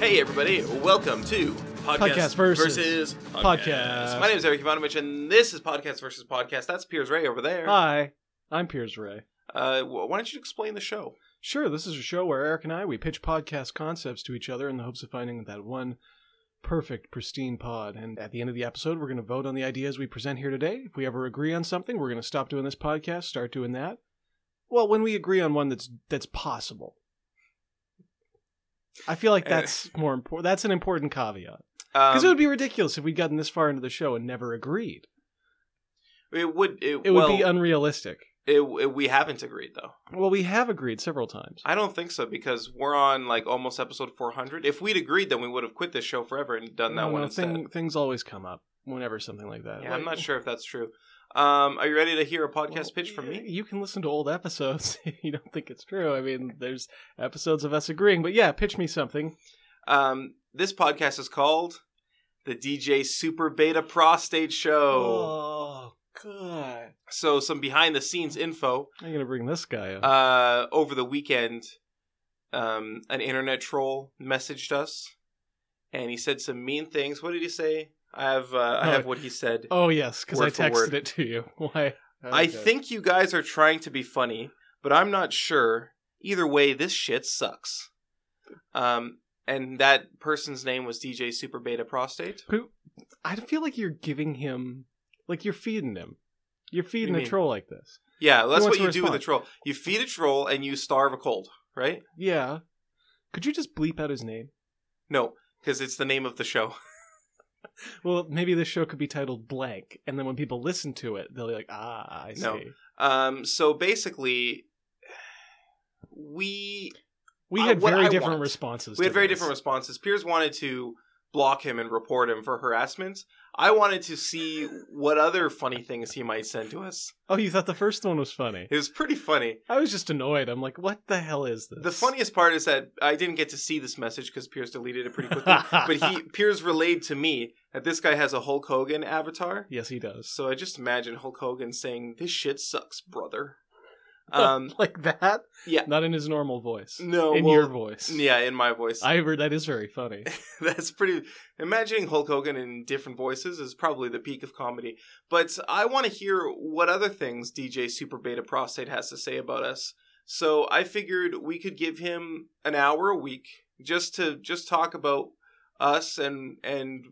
Hey, everybody, welcome to Podcast, Podcast versus- Podcast. My name is Eric Ivanovich, and this is Podcast versus Podcast. That's Piers Ray over there. Hi, I'm Piers Ray. Uh, wh- why don't you explain the show? Sure, this is a show where Eric and I we pitch podcast concepts to each other in the hopes of finding that one perfect, pristine pod. And at the end of the episode, we're going to vote on the ideas we present here today. If we ever agree on something, we're going to stop doing this podcast, start doing that. Well, when we agree on one that's that's possible. I feel like Uh, that's more important. That's an important caveat Um, because it would be ridiculous if we'd gotten this far into the show and never agreed. it would. It, It well, would be unrealistic. it- it- we haven't agreed though. Well, we have agreed several times. I don't think so because we're on like almost episode 400. If we'd agreed, then we would have quit this show forever and done that No, one no, instead. thing- things always come up whenever something like that. yeah, I'm not sure if that's true. Um, are you ready to hear a podcast pitch from me? You can listen to old episodes. if you don't think it's true. I mean, there's episodes of us agreeing, but yeah, pitch me something. Um, this podcast is called the DJ Super Beta Prostate Oh. Show. god! So some behind the scenes info. I'm gonna bring this guy up. Uh, over the weekend, um, an internet troll messaged us, and he said some mean things. What did he say? I have uh, I Oh. have what he said. oh yes, because I word for word. texted it to you. Why? I Okay. think you guys are trying to be funny, but I'm not sure. Either way, this shit sucks. Um, and that person's name was DJ Super Beta Prostate. Who- I feel like you're giving him, like you're feeding him. You're feeding What do you a mean? troll like this. Yeah, that's what wants to you do with a respond? troll. You feed a troll and you starve a cold, right? Yeah. Could you just bleep out his name? No, because it's the name of the show. Well, maybe this show could be titled blank, and then when people listen to it, they'll be like, "Ah, I see." No. Um, so basically, we We Uh, had what very I different want. responses. we to had very this. different responses. Piers wanted to block him and report him for harassment. I wanted to see what other funny things he might send to us. Oh, you thought the first one was funny? It was pretty funny. I was just annoyed. I'm like, what the hell is this? The funniest part is that I didn't get to see this message because Piers deleted it pretty quickly. but he Piers relayed to me that this guy has a Hulk Hogan avatar. Yes, he does. So I just imagine Hulk Hogan saying, "This shit sucks, brother." Um, like that? yeah. Not in his normal voice. no, in well, your voice. yeah, in my voice. I heard that is very funny. That's pretty. Imagining Hulk Hogan in different voices is probably the peak of comedy. But I want to hear what other things DJ Super Beta Prostate has to say about us. So I figured we could give him an hour a week just to just talk about us and and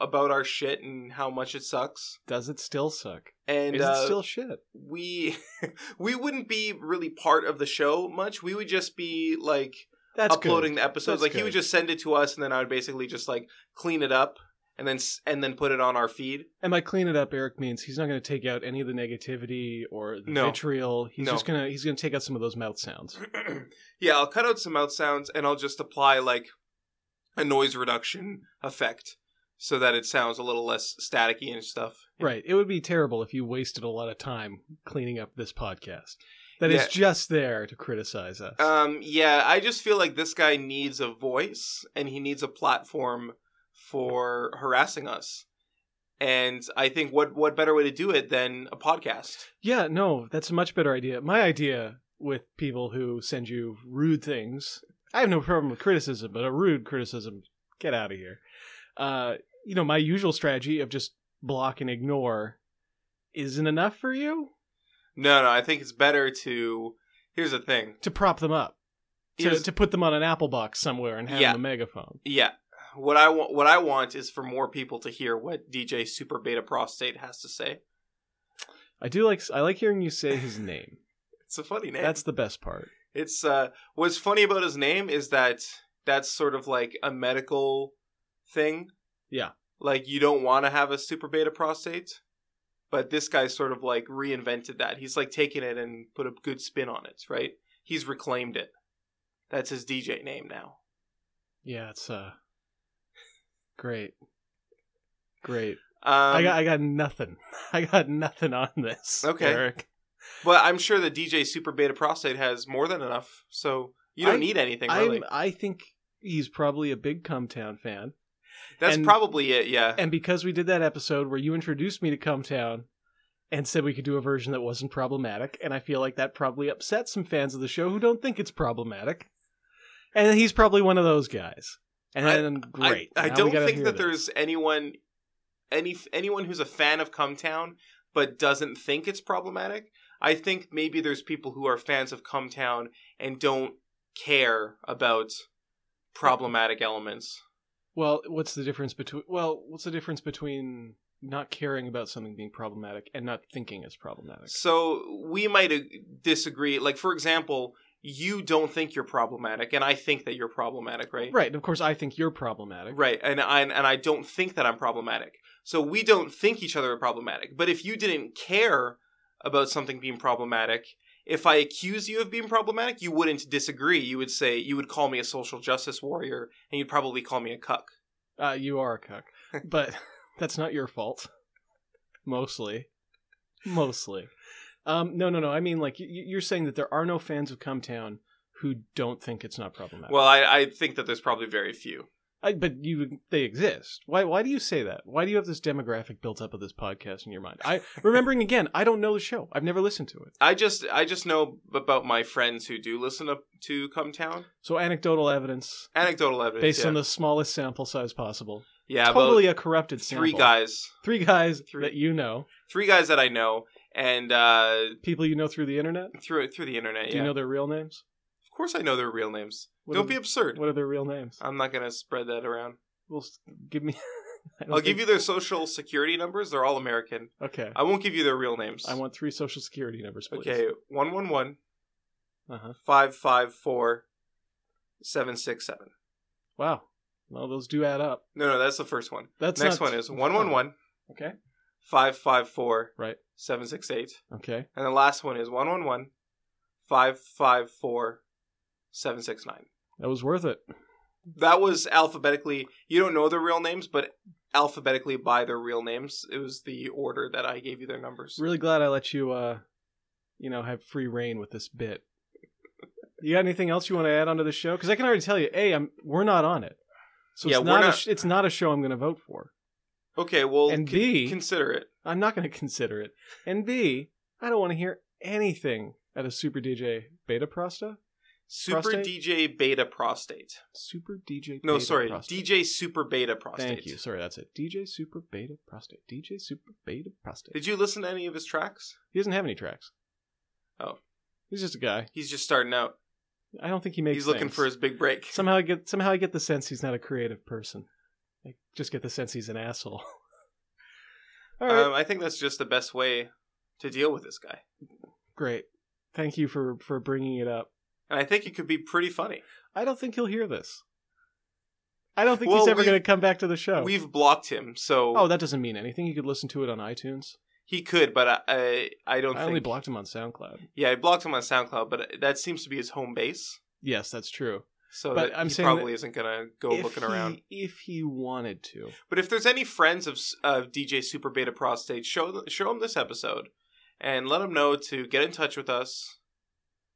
about our shit and how much it sucks. Does it still suck? And is uh, it still shit? we we wouldn't be really part of the show much. We would just be like That's uploading Good. the episodes. That's like he good. would just send it to us, and then I would basically just like clean it up and then s- and then put it on our feed. And by clean it up, Eric means he's not going to take out any of the negativity or the No. vitriol. He's No. just gonna he's gonna take out some of those mouth sounds. yeah, I'll cut out some mouth sounds and I'll just apply like a noise reduction effect so that it sounds a little less staticky and stuff. Right. It would be terrible if you wasted a lot of time cleaning up this podcast that is Yeah. just there to criticize us. Um, yeah, I just feel like this guy needs a voice and he needs a platform for harassing us. And I think what what better way to do it than a podcast? yeah, no, that's a much better idea. My idea with people who send you rude things, I have no problem with criticism, but a rude criticism, get out of here. Uh, you know, my usual strategy of just block and ignore isn't enough for you No, no, I think it's better to. Here's the thing. to prop them up, to, Here's- to put them on an Apple box somewhere and have Yeah. them a megaphone. yeah, what I want, what I want is for more people to hear what DJ Super Beta Prostate has to say. I do like I like hearing you say his name. It's a funny name. That's the best part. it's uh, what's funny about his name is that that's sort of like a medical thing. Yeah. like you don't want to have a super beta prostate, but this guy sort of like reinvented that. He's like taken it and put a good spin on it. Right? He's reclaimed it. That's his DJ name now. Yeah, it's uh great. Great. Um, I got I got nothing. I got nothing on this. Okay. Eric. But I'm sure the DJ Super Beta Prostate has more than enough, so you don't I- need anything really. I I think he's probably a big Cumtown fan. That's and- probably it. Yeah, And because we did that episode where you introduced me to Cumtown and said we could do a version that wasn't problematic, and I feel like that probably upset some fans of the show who don't think it's problematic. And he's probably one of those guys. and I- then great. I, I Now we don't gotta think hear that this. there's anyone, any anyone who's a fan of Cumtown but doesn't think it's problematic. I think maybe there's people who are fans of Cumtown and don't care about problematic elements. Well, what's the difference between well, what's the difference between not caring about something being problematic and not thinking it's problematic? So we might uh, disagree. Like for example, you don't think you're problematic, and I think that you're problematic, right? Right, and of course I think you're problematic. Right, and I and I don't think that I'm problematic. So we don't think each other are problematic. But if you didn't care about something being problematic, if I accuse you of being problematic, you wouldn't disagree. You would say you would call me a social justice warrior, and you'd probably call me a cuck. Uh, you are a cuck, but that's not your fault. Mostly, mostly. Um, no, no, no. I mean, like you, you're saying that there are no fans of Cumtown who don't think it's not problematic. Well, I, I think that there's probably very few. I, but you, they exist. Why? Why do you say that? Why do you have this demographic built up of this podcast in your mind? I remembering again. I don't know the show. I've never listened to it. I just I just know about my friends who do listen to, to Come Town. So anecdotal evidence, Anecdotal evidence, based yeah. on the smallest sample size possible. yeah, totally about a corrupted three sample. guys, Three guys Three. that you know, three guys that I know, and uh, people you know through the internet. through through the internet. Do yeah, you know their real names? of course I know their real names. What Don't are- be absurd. What are their real names? I'm not gonna spread that around. Well, s- give me. I don't I'll give think- you their social security numbers. They're all American. Okay. I won't give you their real names. I want three social security numbers, please. okay, one one one Uh huh. five five four seven six seven. Wow. Well, those do add up. No, no, that's the first one. That's Next not- Oh, one is one one one Okay. five five four Right. seven six eight, Okay. and the last one is one one one five five four seven six nine. That was worth it. That was alphabetically. You don't know their real names, but alphabetically by their real names. It was the order that I gave you their numbers. Really glad I let you, uh, you know, have free reign with this bit. You got anything else you want to add onto the show? Because I can already tell you, a, I'm we're not on it, so Yeah, it's we're not, a not- sh- it's not a show I'm going to vote for. Okay, well, and con- B, consider it. I'm not going to consider it. And B, I don't want to hear anything at a Super DJ Beta Prosta. Super Prostate? DJ Beta Prostate. Super DJ. No, Beta sorry, Prosta. DJ Super Beta Prostate. Thank you. Sorry, that's it. DJ Super Beta Prostate. DJ Super Beta Prostate. Did you listen to any of his tracks? He doesn't have any tracks. Oh. he's just a guy. He's just starting out. I don't think he makes. He's looking things. for his big break. Somehow I get somehow I get the sense he's not a creative person. I just get the sense he's an asshole. All right, Um, I think that's just the best way to deal with this guy. great. Thank you for for bringing it up. And I think it could be pretty funny. I don't think he'll hear this. I don't think he's Well, ever we've- going to come back to the show. We've blocked him, so Oh, that doesn't mean anything. You could listen to it on iTunes. he could, but I I, I I don't only think. blocked him on SoundCloud. yeah, I blocked him on SoundCloud, but that seems to be his home base. Yes, that's true. So But that I'm he saying that probably is isn't gonna go If looking around. he- If he wanted to. But if there's any friends of, s- of DJ Super Beta Prostate, show th- show them this episode, and let them know to get in touch with us.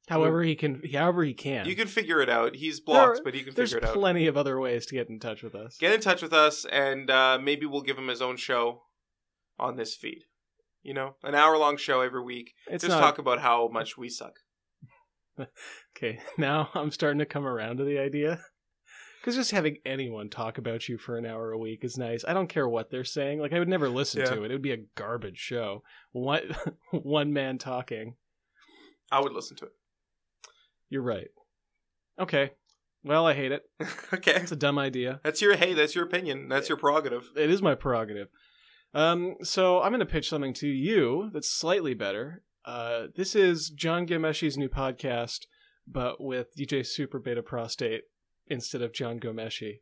However he can however he can. You can figure it out. He's blocked, There- but you can There's figure it out. plenty of other ways to get in touch with us. get in touch with us, and uh, maybe we'll give him his own show on this feed. You know, an hour long show every week. it's Just not talk about how much we suck. okay. Now I'm starting to come around to the idea. Because just having anyone talk about you for an hour a week is nice. I don't care what they're saying. Like I would never listen Yeah. to it. It would be a garbage show. One one man talking. I would listen to it. You're right. Okay. Well, I hate it. okay, It's a dumb idea. that's your hey, that's your opinion, that's your prerogative. It is my prerogative. Um, so I'm going to pitch something to you that's slightly better. Uh, this is John Gomeshi's new podcast, but with DJ Super Beta Prostate instead of John Gomeshi.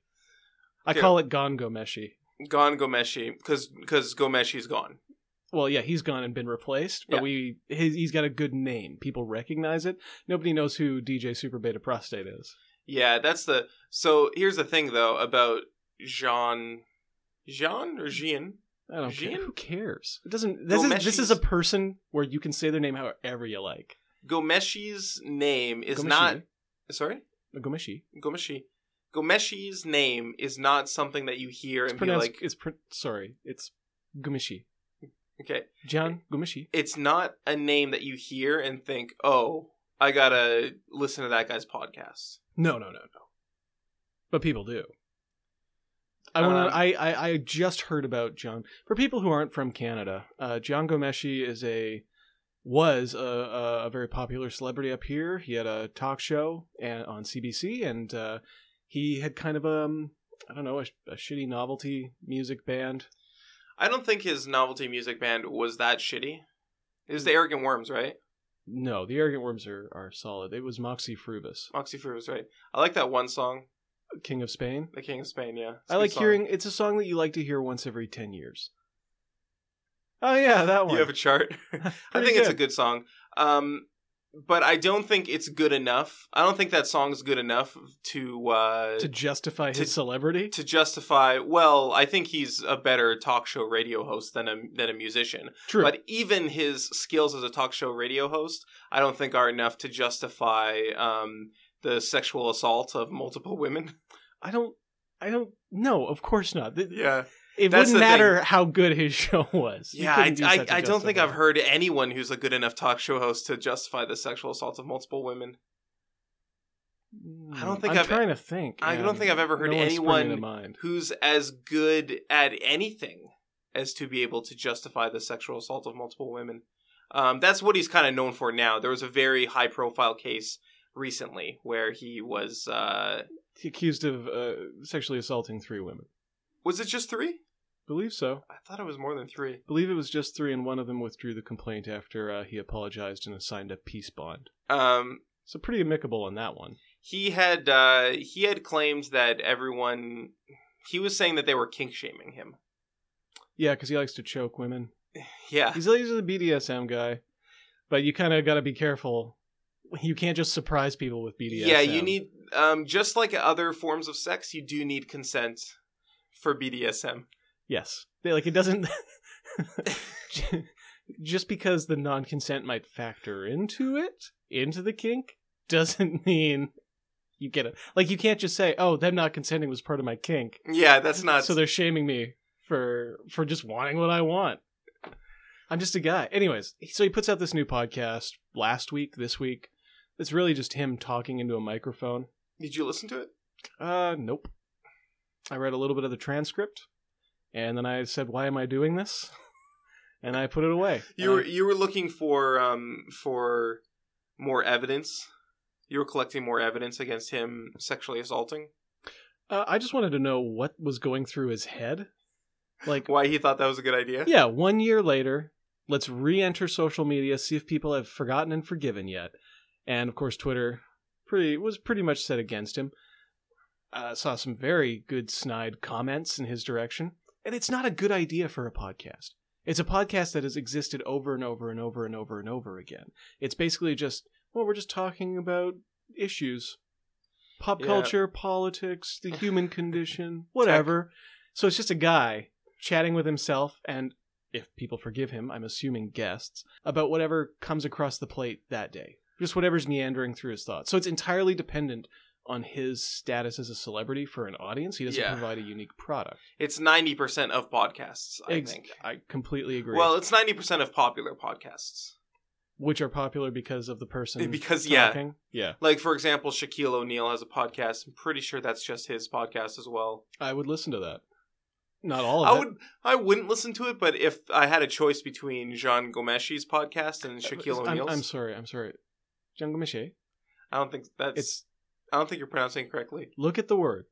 I Okay. call it Gone Gomeshi. Gone Gomeshi, because because Gomeshi's gone. Well, yeah, he's gone and been replaced, but Yeah. we his, he's got a good name. People recognize it. Nobody knows who DJ Super Beta Prostate is. Yeah, that's the. So here's the thing though about Jean, Jean or Jean. I don't Jean? care. Who cares? It doesn't. This is, this is a Gomeshi's- person where you can say their name however you like. Gomeshi's name is Gomeshi. not. Sorry, Gomeshi. Gomeshi. Gomeshi's name is not something that you hear It's and be pronounced. like, it's pr- sorry. It's Gumishi. okay, John Gumishi. it's not a name that you hear and think, oh, I gotta listen to that guy's podcast. No, no, no, no. But people do. I want Um, to. I, I I just heard about John. For people who aren't from Canada, uh, John Gomeshi is a was a, a, a very popular celebrity up here. He had a talk show and, on CBC, and uh, he had kind of um I don't know a, a shitty novelty music band. I don't think his novelty music band was that shitty. It Hmm. was the Arrogant Worms, right? No, the Arrogant Worms are, are solid. It was Moxie Frubus, Moxie Fruit was right. I like that one song, King of Spain. The King of Spain. Yeah, It's a I good like song. hearing. It's a song that you like to hear once every ten years. Oh yeah, that one. You have a chart. I think it's a good song. Um, but I don't think it's good enough. I don't think that song's good enough to uh, to to, justify his to- celebrity. justify. Well, I think he's a better talk show radio host than a than a musician. True. But even his skills as a talk show radio host, I don't think are enough to justify um, the sexual assault of multiple women. I don't. I don't. No, of course not. Th- Yeah, It That's wouldn't the matter how good his show was. You yeah. I, couldn't do I, such a I don't think I've justification. heard anyone who's a good enough talk show host to justify the sexual assault of multiple women. I don't think mm, I'm I've- e, trying to think. I don't and think I've ever heard no one's springing anyone to mind. who's as good at anything as to be able to justify the sexual assault of multiple women. Um, that's what he's kind of known for now. There was a very high profile case recently where he was uh, accused of uh, sexually assaulting three women. was it just three? Believe so. I thought it was more than three. Believe it was just three, and one of them withdrew the complaint after uh, he apologized and signed a peace bond. Um, So pretty amicable on that one. he had uh, he had claimed that everyone he was saying that they were kink shaming him. Yeah, because he likes to choke women. Yeah, He's, he's a BDSM guy, but you kind of got to be careful. You can't just surprise people with BDSM. yeah. You need um, just like other forms of sex, you do need consent for BDSM. Yes. They- Like it doesn't just because the non-consent might factor into it, into the kink, doesn't mean you get it. Like you can't just say, "Oh, them not consenting was part of my kink." Yeah, that's not so they're shaming me for for just wanting what I want. I'm just a guy. Anyways, so he puts out this new podcast last week, this week. It's really just him talking into a microphone. Did you listen to it? Uh, nope. I read a little bit of the transcript, and then I said, "Why am I doing this?" And I put it away. You were you were looking for um for more evidence. You were collecting more evidence against him sexually assaulting. Uh, I just wanted to know what was going through his head. Like, Why he thought that was a good idea? yeah, one year later, let's re-enter social media, see if people have forgotten and forgiven yet. And of course, Twitter pretty was pretty much set against him. Uh, saw some very good snide comments in his direction, and it's not a good idea for a podcast. It's a podcast that has existed over and over and over and over and over again. It's basically just well, we're just talking about issues, pop Yeah. culture, politics, the human condition, whatever. So it's just a guy chatting with himself and if people forgive him, I'm assuming guests, about whatever comes across the plate that day. Just whatever's meandering through his thoughts. So it's entirely dependent on his status as a celebrity for an audience. He doesn't Yeah. provide a unique product. It's ninety percent of podcasts, I Ex- think. I completely agree. Well, it's ninety percent of popular podcasts. which are popular because of the person Because yeah. talking. Yeah. Like for example, Shaquille O'Neal has a podcast. I'm pretty sure that's just his podcast as well. I would listen to that. Not all of I it. would I wouldn't listen to it, but if I had a choice between Jean Gomeshi's podcast and Shaquille Uh, I'm, O'Neal's, I'm sorry. I'm sorry. Jungle Miché. I don't think that's It's I don't think you're pronouncing it correctly. look at the word.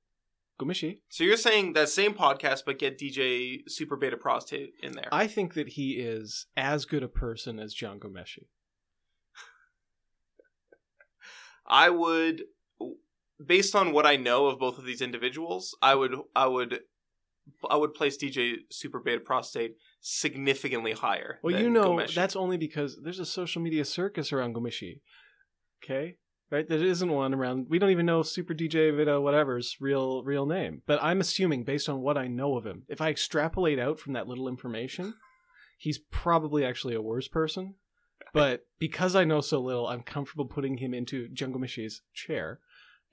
Gomishi. So you're saying that same podcast, but get DJ Super Beta Prostate in there? I think that he is as good a person as John Gomeshi. I would, based on what I know of both of these individuals, I would, I would, I would place DJ Super Beta Prostate significantly higher. Well, than you know, Gomeshi. that's only because there's a social media circus around Gomishi. Okay? Right? There isn't one around. We don't even know Super DJ Vito whatever's real real name. But I'm assuming based on what I know of him, if I extrapolate out from that little information, he's probably actually a worse person. But because I know so little, I'm comfortable putting him into Jungle Mishi's chair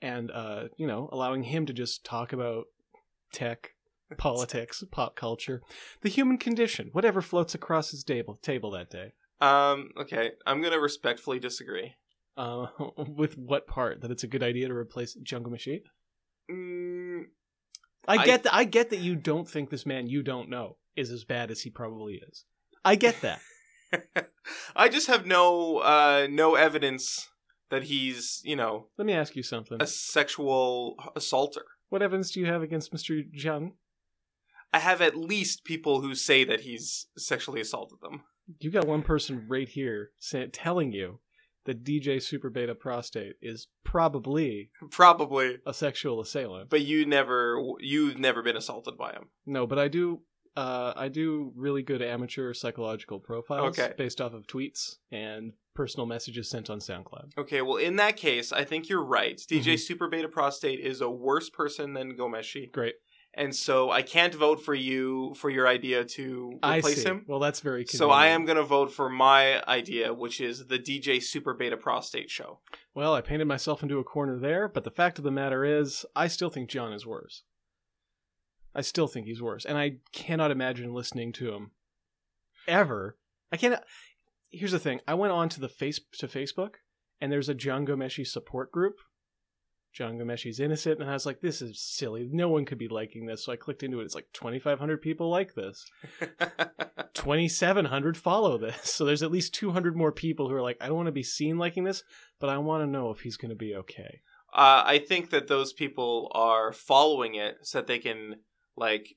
and uh, you know, allowing him to just talk about tech, politics, pop culture, the human condition, whatever floats across his table table that day. um okay. I'm gonna respectfully disagree. Uh, with what part that it's a good idea to replace Jungle Machine? Mm, I I- get that. I get that you don't think this man you don't know is as bad as he probably is. I get that. I just have no uh, no evidence that he's you know Let me ask you something. a sexual assaulter. What evidence do you have against Mr. Jiang? I have at least people who say that he's sexually assaulted them. You got one person right here say, telling you that DJ Super Beta Prostate is probably Probably, a sexual assailant. but you never you've never been assaulted by him. No, but I do. Uh, I do really good amateur psychological profiles Okay. based off of tweets and personal messages sent on SoundCloud. Okay, well in that case, I think you're right. DJ Mm-hmm. Super Beta Prostate is a worse person than Gomeshi, Great. and so I can't vote for you for your idea to I replace see. him. Well, that's very So I convenient. am going to vote for my idea, which is the DJ Super Beta Prostate show. Well, I painted myself into a corner there, but the fact of the matter is, I still think John is worse. I still think he's worse, and I cannot imagine listening to him ever. I can't. Here's the thing: I went on to the face to Facebook, and there's a John Gomeshi support group. John Gomeshi's innocent, and I was like, "This is silly. No one could be liking this." So I clicked into it. It's like 2,500 people like this. 2700 follow this so there's at least 200 more people who are like i don't want to be seen liking this but i want to know if he's going to be okay Uh, I think that those people are following it so that they can like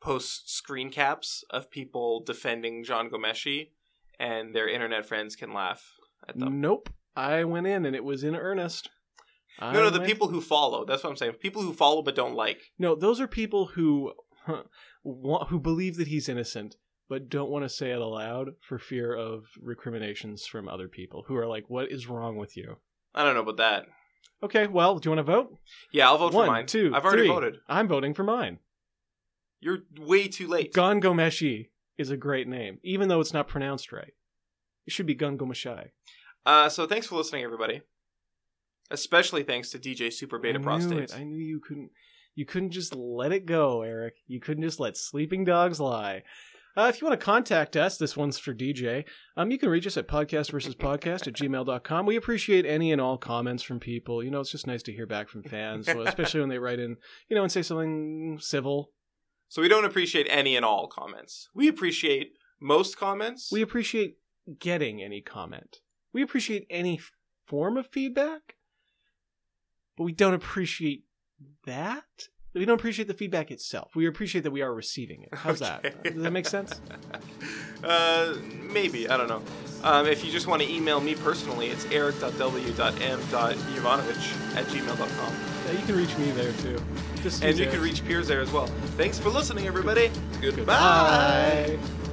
post screen caps of people defending John Gomeshi, and their internet friends can laugh at them. nope i went in and it was in earnest I no, no, the went- people who follow. That's what I'm saying. People who follow but don't like. no those are people who huh, wa- who believe that he's innocent but don't want to say it aloud for fear of recriminations from other people who are like what is wrong with you I don't know about that. okay well do you want to vote Yeah, I'll vote One, for mine. two, I've already three. voted. i'm voting for mine You're way too late. Gon Gomeshi is a great name, even though it's not pronounced right. It should be Gon Gomeshi. Uh, so thanks for listening, everybody. Especially thanks to DJ Super Beta I knew Prostate. it. I knew you couldn't. You couldn't just let it go, Eric. You couldn't just let sleeping dogs lie. Uh, if you want to contact us, this one's for DJ. Um, you can reach us at podcast versus podcast at gmail.com. We appreciate any and all comments from people. You know, it's just nice to hear back from fans, especially when they write in, you know, and say something civil. So we don't appreciate any and all comments. We appreciate most comments. We appreciate getting any comment. We appreciate any f- form of feedback, but we don't appreciate that. We don't appreciate the feedback itself. We appreciate that we are receiving it. How's that? Okay. Does that make sense? Uh, maybe. I don't know. Um, if you just want to email me personally, it's eric.w.m.ivanovich at gmail.com. Yeah, you can reach me there too. Just And use you it. can reach Piers there as well. Thanks for listening, everybody. Goodbye. Goodbye.